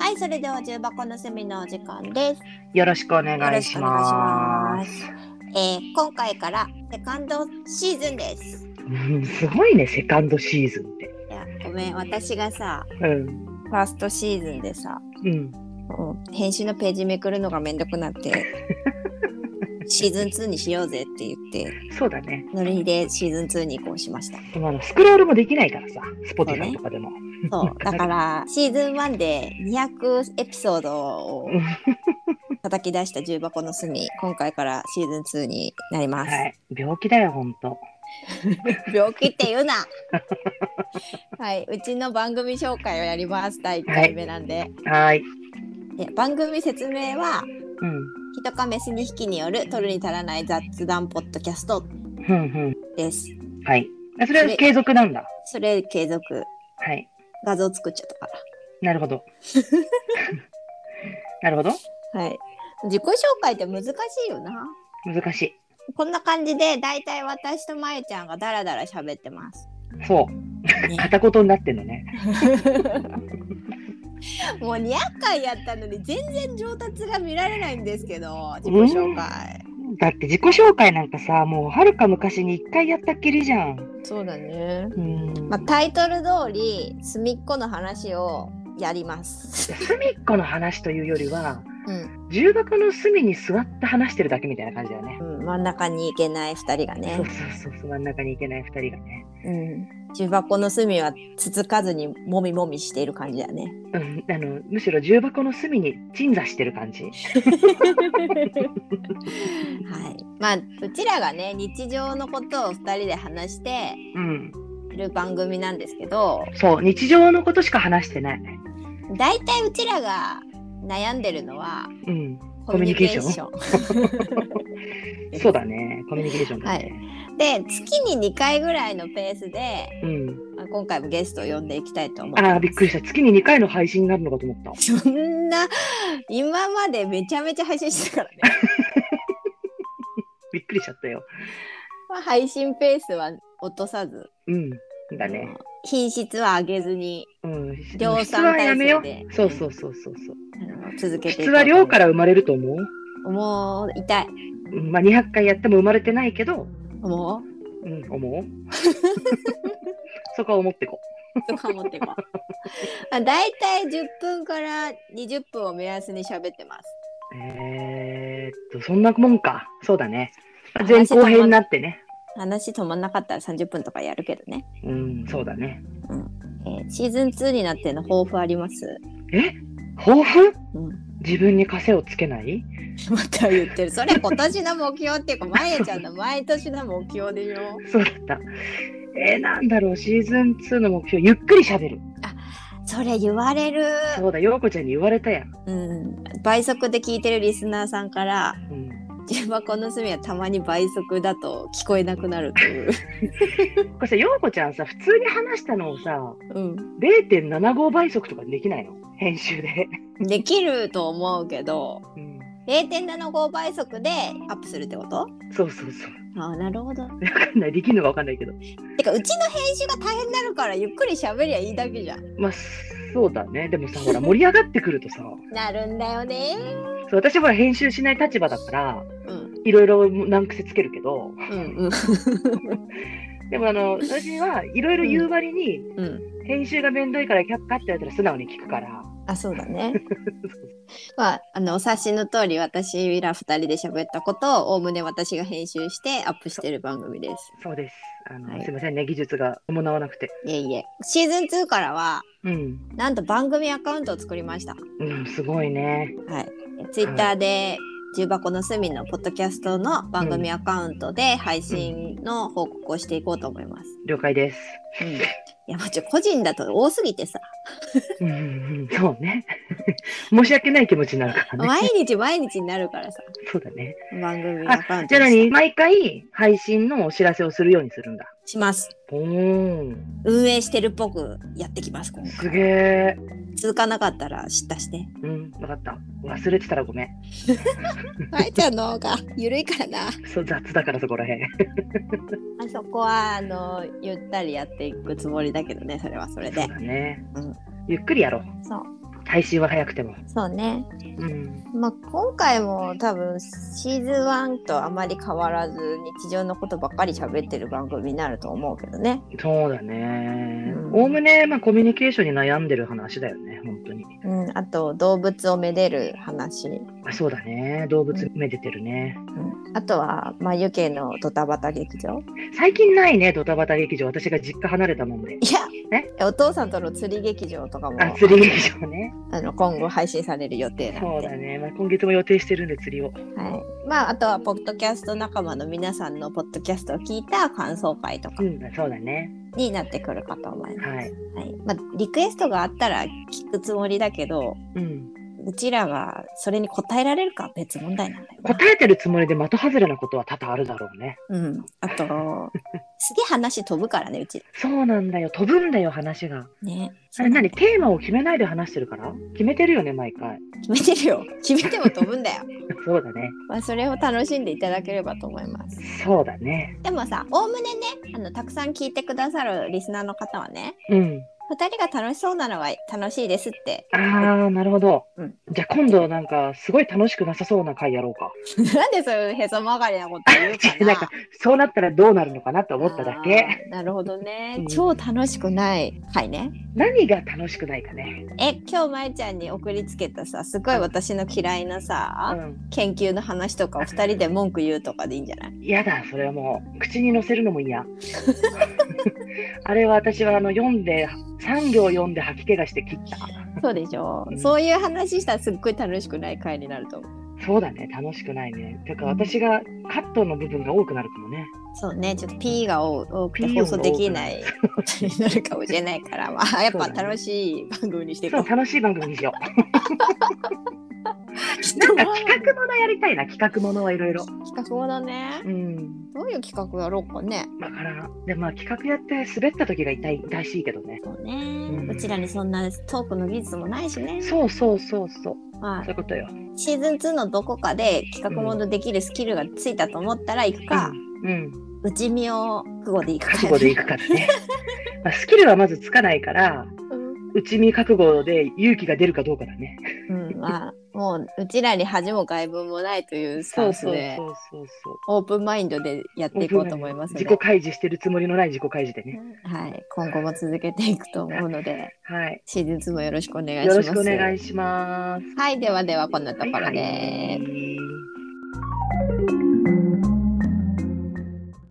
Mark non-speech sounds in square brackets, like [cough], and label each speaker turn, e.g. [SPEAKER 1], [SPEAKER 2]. [SPEAKER 1] はい、それでは重箱の隅のお時間です。
[SPEAKER 2] よろしくお願
[SPEAKER 1] よろ
[SPEAKER 2] い
[SPEAKER 1] し
[SPEAKER 2] し
[SPEAKER 1] くお願いし
[SPEAKER 2] ま
[SPEAKER 1] ます。えー今回からセカンドシーズンです。
[SPEAKER 2] す。うんすごいね、セカンドシーズンって。
[SPEAKER 1] いや、ごめん、私がさ、
[SPEAKER 2] うん。
[SPEAKER 1] ファーストシーズンでさ、
[SPEAKER 2] うん。
[SPEAKER 1] うん編集のページめくるのがめんどくな
[SPEAKER 2] [laughs]
[SPEAKER 1] って、シーズン2にしようぜって言って、
[SPEAKER 2] そうだね。
[SPEAKER 1] ノリでシーズン2に移行しました。
[SPEAKER 2] あのスクロールもできないからさ、スポティフ
[SPEAKER 1] そう
[SPEAKER 2] ァ
[SPEAKER 1] ね
[SPEAKER 2] とかでも。
[SPEAKER 1] そう、だ
[SPEAKER 2] [laughs]
[SPEAKER 1] から、シーズン1で200エピソードを
[SPEAKER 2] うん
[SPEAKER 1] 叩き出した重箱の隅、今回からシーズン2になります。
[SPEAKER 2] はい。病気だよ、ほんと。
[SPEAKER 1] 病気って言う [laughs] な。はい、うちの番組紹介をやります。第1回目なんで、
[SPEAKER 2] はーい。
[SPEAKER 1] で番組説明は。
[SPEAKER 2] うん。
[SPEAKER 1] 人かメス2匹による取るに足らない雑談ポッドキャスト
[SPEAKER 2] ふんふん。
[SPEAKER 1] です。
[SPEAKER 2] はい。それは継続なんだ。
[SPEAKER 1] それ継続
[SPEAKER 2] はい。
[SPEAKER 1] 画像作っちゃったか
[SPEAKER 2] なるほ [laughs] ど。なるほど。
[SPEAKER 1] ら。はい。自己紹介って難しいよな。
[SPEAKER 2] 難しい。
[SPEAKER 1] こんな感じでだいたい私とまゆちゃんがダラダラ喋ってます。
[SPEAKER 2] そう。
[SPEAKER 1] ね
[SPEAKER 2] 片言になってんのね。
[SPEAKER 1] もう200回やったのに全然上達が見られないんですけど、自己紹介。
[SPEAKER 2] だって自己紹介なんかさ、もうはるか昔に一回やったっきりじゃん。
[SPEAKER 1] そうだね。
[SPEAKER 2] うん。
[SPEAKER 1] まあ、タイトル通り隅っこの話をやります。
[SPEAKER 2] 隅っこの話というよりは、
[SPEAKER 1] うん、
[SPEAKER 2] 重箱の隅に座って話してるだけみたいな感じだよね。
[SPEAKER 1] うん、真ん中に行けない二人がね
[SPEAKER 2] そ、うそうそうそう、真ん中に行けない二人がね。
[SPEAKER 1] うん、重箱の隅はつつかずにもみもみしている感じだ [laughs] ね。
[SPEAKER 2] うん、あのむしろ重箱の隅に鎮座してる感じ。
[SPEAKER 1] はい、まあうちらがね日常のことを二人で話して
[SPEAKER 2] うん、
[SPEAKER 1] る番組なんですけど、
[SPEAKER 2] そう、日常のことしか話してない。
[SPEAKER 1] だいたいうちらが悩んでるのは
[SPEAKER 2] うん、
[SPEAKER 1] コミュニケーション。
[SPEAKER 2] そうだね、コミュニケーションだね。
[SPEAKER 1] で月に2回ぐらいのペースで
[SPEAKER 2] うん、
[SPEAKER 1] まあ今回もゲストを呼んでいきたいと思って
[SPEAKER 2] あ
[SPEAKER 1] ま
[SPEAKER 2] あ、
[SPEAKER 1] す
[SPEAKER 2] びっくりした。月に2回の配信になるのかと思った。
[SPEAKER 1] そんな今までめちゃめちゃ配信してたからね、
[SPEAKER 2] びっくりしちゃったよ。
[SPEAKER 1] まあ、配信ペースは落とさず
[SPEAKER 2] うん、だね。
[SPEAKER 1] 品質は上げずに
[SPEAKER 2] うん、
[SPEAKER 1] 量
[SPEAKER 2] 質は
[SPEAKER 1] 産
[SPEAKER 2] や
[SPEAKER 1] 体
[SPEAKER 2] めよ
[SPEAKER 1] 制
[SPEAKER 2] う
[SPEAKER 1] で。
[SPEAKER 2] そうそうそうそうそう。
[SPEAKER 1] あの続けてい
[SPEAKER 2] 質は量からら生まれると思う。
[SPEAKER 1] もう痛い
[SPEAKER 2] うんまあ、200回やっても生まれてないけど、
[SPEAKER 1] も
[SPEAKER 2] うん、思うそこは思ってこ
[SPEAKER 1] う [laughs] とか思ってこうだいたい10分から20分を目安に喋ってます
[SPEAKER 2] う。えー、っと、そんなもんか。そうだね。前後編になってね。
[SPEAKER 1] 話止まんなかったら30分とかやるけどね、
[SPEAKER 2] うん、そうだね。
[SPEAKER 1] えーシーズン2になっての抱負あります、
[SPEAKER 2] え抱負
[SPEAKER 1] うん、 [laughs]
[SPEAKER 2] 自分に枷をつけない
[SPEAKER 1] また言ってるそれ今年の目標っていうかまやちゃんの毎年の目標でしょ
[SPEAKER 2] そうだった。えー、なんだろう、シーズン2の目標、ゆっくり喋る。
[SPEAKER 1] それ言われる、
[SPEAKER 2] そうだ、ようこちゃんに言われたやん。
[SPEAKER 1] うん、倍速で聞いてるリスナーさんから
[SPEAKER 2] うん、
[SPEAKER 1] 重箱の隅はたまに倍速だと聞こえなくなるという、
[SPEAKER 2] これさ、ようこちゃんさ、普通に話したのをさ、
[SPEAKER 1] うん、
[SPEAKER 2] 0.75倍速とかできないの編集で。
[SPEAKER 1] できると思うけど
[SPEAKER 2] うん、
[SPEAKER 1] 0.75倍速でアップするってこと
[SPEAKER 2] そうそうそう。
[SPEAKER 1] ああなるほど。
[SPEAKER 2] わかんない、できるのかわかんないけど。
[SPEAKER 1] てかうちの編集が大変になるからゆっくり喋りゃいいだけじゃん。
[SPEAKER 2] まあそうだねでもさほら盛り上がってくるとさそ
[SPEAKER 1] なるんだよね。
[SPEAKER 2] う私ほら編集しない立場だから
[SPEAKER 1] うん
[SPEAKER 2] いろいろ難癖つけるけど
[SPEAKER 1] うん
[SPEAKER 2] でもあの私はいろいろ言う割に、
[SPEAKER 1] うんうん。
[SPEAKER 2] 編集がめんどいから却下って言われたら素直に聞くから
[SPEAKER 1] あそうだ [laughs] ね。まあ、あのお察しの通り私ら二人で喋ったことをおおむね私が編集してアップしてる番組です。
[SPEAKER 2] そうですあの、
[SPEAKER 1] はい
[SPEAKER 2] すいませんね技術が伴わなくて
[SPEAKER 1] いえいえシーズン2からは
[SPEAKER 2] うん、
[SPEAKER 1] なんと番組アカウントを作りました。
[SPEAKER 2] うん、すごいね
[SPEAKER 1] はい、ツイッターで重箱の隅のポッドキャストの番組アカウントで配信の報告をしていこうと思います。
[SPEAKER 2] 了解です
[SPEAKER 1] うん、いやもうちょ個人だと多すぎてさ
[SPEAKER 2] うんうんそうね [laughs] 申し訳ない気持ちになるからね
[SPEAKER 1] 毎日毎日になるからさ
[SPEAKER 2] そうだね
[SPEAKER 1] 番組アカウ
[SPEAKER 2] あ
[SPEAKER 1] ン
[SPEAKER 2] じ
[SPEAKER 1] ト
[SPEAKER 2] ゃあ
[SPEAKER 1] に
[SPEAKER 2] 何毎回配信のお知らせをするようにするんだ
[SPEAKER 1] します。
[SPEAKER 2] おー
[SPEAKER 1] 運営してるっぽくやってきます今
[SPEAKER 2] す
[SPEAKER 1] 回。
[SPEAKER 2] げえ
[SPEAKER 1] 続かなかったら知ったして。
[SPEAKER 2] うん、分かった。忘れてたらごめん。
[SPEAKER 1] まえちゃんの方が緩いからな。
[SPEAKER 2] そう雑だからそこらへん。
[SPEAKER 1] あそこはあの [laughs] ゆったりやっていくつもりだけどねそれはそれ
[SPEAKER 2] そ
[SPEAKER 1] で
[SPEAKER 2] う。だね、
[SPEAKER 1] うん
[SPEAKER 2] ゆっくりやろう。
[SPEAKER 1] そう。
[SPEAKER 2] 配信は早くても。
[SPEAKER 1] そうね。
[SPEAKER 2] うん。
[SPEAKER 1] まあ、今回も多分シーズン1とあまり変わらず日常のことばっかり喋ってる番組になると思うけどね。
[SPEAKER 2] そうだね
[SPEAKER 1] うん。
[SPEAKER 2] おおむね、まあ、コミュニケーションに悩んでる話だよね、本当に。
[SPEAKER 1] うん、あと動物をめでる話、う
[SPEAKER 2] あそうだね。動物めでてるね。
[SPEAKER 1] ん、あとは眉毛のドタバタ劇場
[SPEAKER 2] 最近ないね、ドタバタ劇場。私が実家離れたもんで。
[SPEAKER 1] いやお父さんとの釣り劇場とかも
[SPEAKER 2] あ、釣り劇場ね。
[SPEAKER 1] あの今後配信される予定なんで
[SPEAKER 2] そうだね。まあ、今月も予定してるんで、釣り
[SPEAKER 1] は
[SPEAKER 2] を。
[SPEAKER 1] いまあ、あとはポッドキャスト仲間の皆さんのポッドキャストを聞いた感想会とか
[SPEAKER 2] うん、そうだね。
[SPEAKER 1] になってくるかと思います。
[SPEAKER 2] はい。
[SPEAKER 1] はいまあ、リクエストがあったら聞くつもりだけど
[SPEAKER 2] うん。
[SPEAKER 1] うちらがそれに答えられるかは別問題なんだよな。
[SPEAKER 2] 答えてるつもりで的外れなことは多々あるだろうね。
[SPEAKER 1] うん、あとすげえ話飛ぶからねうちら。
[SPEAKER 2] そうなんだよ。飛ぶんだよ、話が。
[SPEAKER 1] ね。
[SPEAKER 2] あれ何テーマを決めないで話してるから決めてるよね、毎回。
[SPEAKER 1] 決めてるよ。決めても飛ぶんだよ。 [laughs]
[SPEAKER 2] そうだね。
[SPEAKER 1] まあ、それを楽しんでいただければと思います。
[SPEAKER 2] そうだね。
[SPEAKER 1] でもさ、おおむねね、あのたくさん聞いてくださるリスナーの方はね、
[SPEAKER 2] うん。
[SPEAKER 1] 二人が楽しそうなのは楽しいですって。
[SPEAKER 2] あー、なるほど。
[SPEAKER 1] うん
[SPEAKER 2] じゃあ今度なんか、すごい楽しくなさそうな回やろうか。
[SPEAKER 1] なんでそういうへそ曲がりなこと言うか [laughs] な。
[SPEAKER 2] なんか、そうなったらどうなるのかなと思っただけ。
[SPEAKER 1] あー。なるほどね。
[SPEAKER 2] うん
[SPEAKER 1] 超楽しくない回ね。
[SPEAKER 2] 何が楽しくないかね。
[SPEAKER 1] え、今日まゆちゃんに送りつけたさ、すごい私の嫌いな
[SPEAKER 2] う
[SPEAKER 1] さ、
[SPEAKER 2] ん。
[SPEAKER 1] 研究の話とかお二人で文句言うとかでいいんじゃない
[SPEAKER 2] 嫌だ、それはもう、口に乗せるの
[SPEAKER 1] [laughs]
[SPEAKER 2] も嫌。あれは私はあの読んで、3行読んで吐き気がして切った。
[SPEAKER 1] そうでしょ
[SPEAKER 2] う。ん
[SPEAKER 1] そういう話したらすっごい楽しくない回になると思う。
[SPEAKER 2] そうだね、楽しくないね。てか、私がカットの部分が多くなるかもね。
[SPEAKER 1] そうね、ちょっと P が多多くて
[SPEAKER 2] P
[SPEAKER 1] 放送できないことになるかもしれないから、まあ、やっぱ楽しい番組にしていこ
[SPEAKER 2] そうう、。楽しい番組にしよう。
[SPEAKER 1] きっ
[SPEAKER 2] な
[SPEAKER 1] と
[SPEAKER 2] んか
[SPEAKER 1] [laughs]
[SPEAKER 2] 企画ものやりたいな、企画ものはいろいろ。
[SPEAKER 1] 企画もだね。
[SPEAKER 2] うん。
[SPEAKER 1] どういう企画やろうかね。
[SPEAKER 2] だからん、でまあ企画やって滑った時が痛い、痛いしいけどね。
[SPEAKER 1] そうね、
[SPEAKER 2] ん
[SPEAKER 1] うちらにそんなトークの技術もないしね。
[SPEAKER 2] そうそうそうそう。
[SPEAKER 1] ま
[SPEAKER 2] そういうことよ。
[SPEAKER 1] あ、シーズン2のどこかで企画ものできるスキルがついたと思ったら行くか、
[SPEAKER 2] うん。うん。
[SPEAKER 1] うちみを覚悟で行くか、
[SPEAKER 2] 覚悟でいくからね。 [laughs] まあ、スキルはまずつかないから、
[SPEAKER 1] うん
[SPEAKER 2] うちに覚悟で勇気が出るかどうかだね。
[SPEAKER 1] [laughs] うん、まあ、もううちらに恥も外聞もないというスタンスで、
[SPEAKER 2] そうそうそう。
[SPEAKER 1] オープンマインドでやっていこうと思いますの
[SPEAKER 2] 自
[SPEAKER 1] で。
[SPEAKER 2] 己開示してるつもりのない自己開示でね。
[SPEAKER 1] はい、今後も続けていくと思うので、
[SPEAKER 2] はい。
[SPEAKER 1] シーズン2もよろしくお願いしま
[SPEAKER 2] よ
[SPEAKER 1] す。
[SPEAKER 2] ろしくお願いします。
[SPEAKER 1] はい、ではではこんなところで。
[SPEAKER 2] はいはい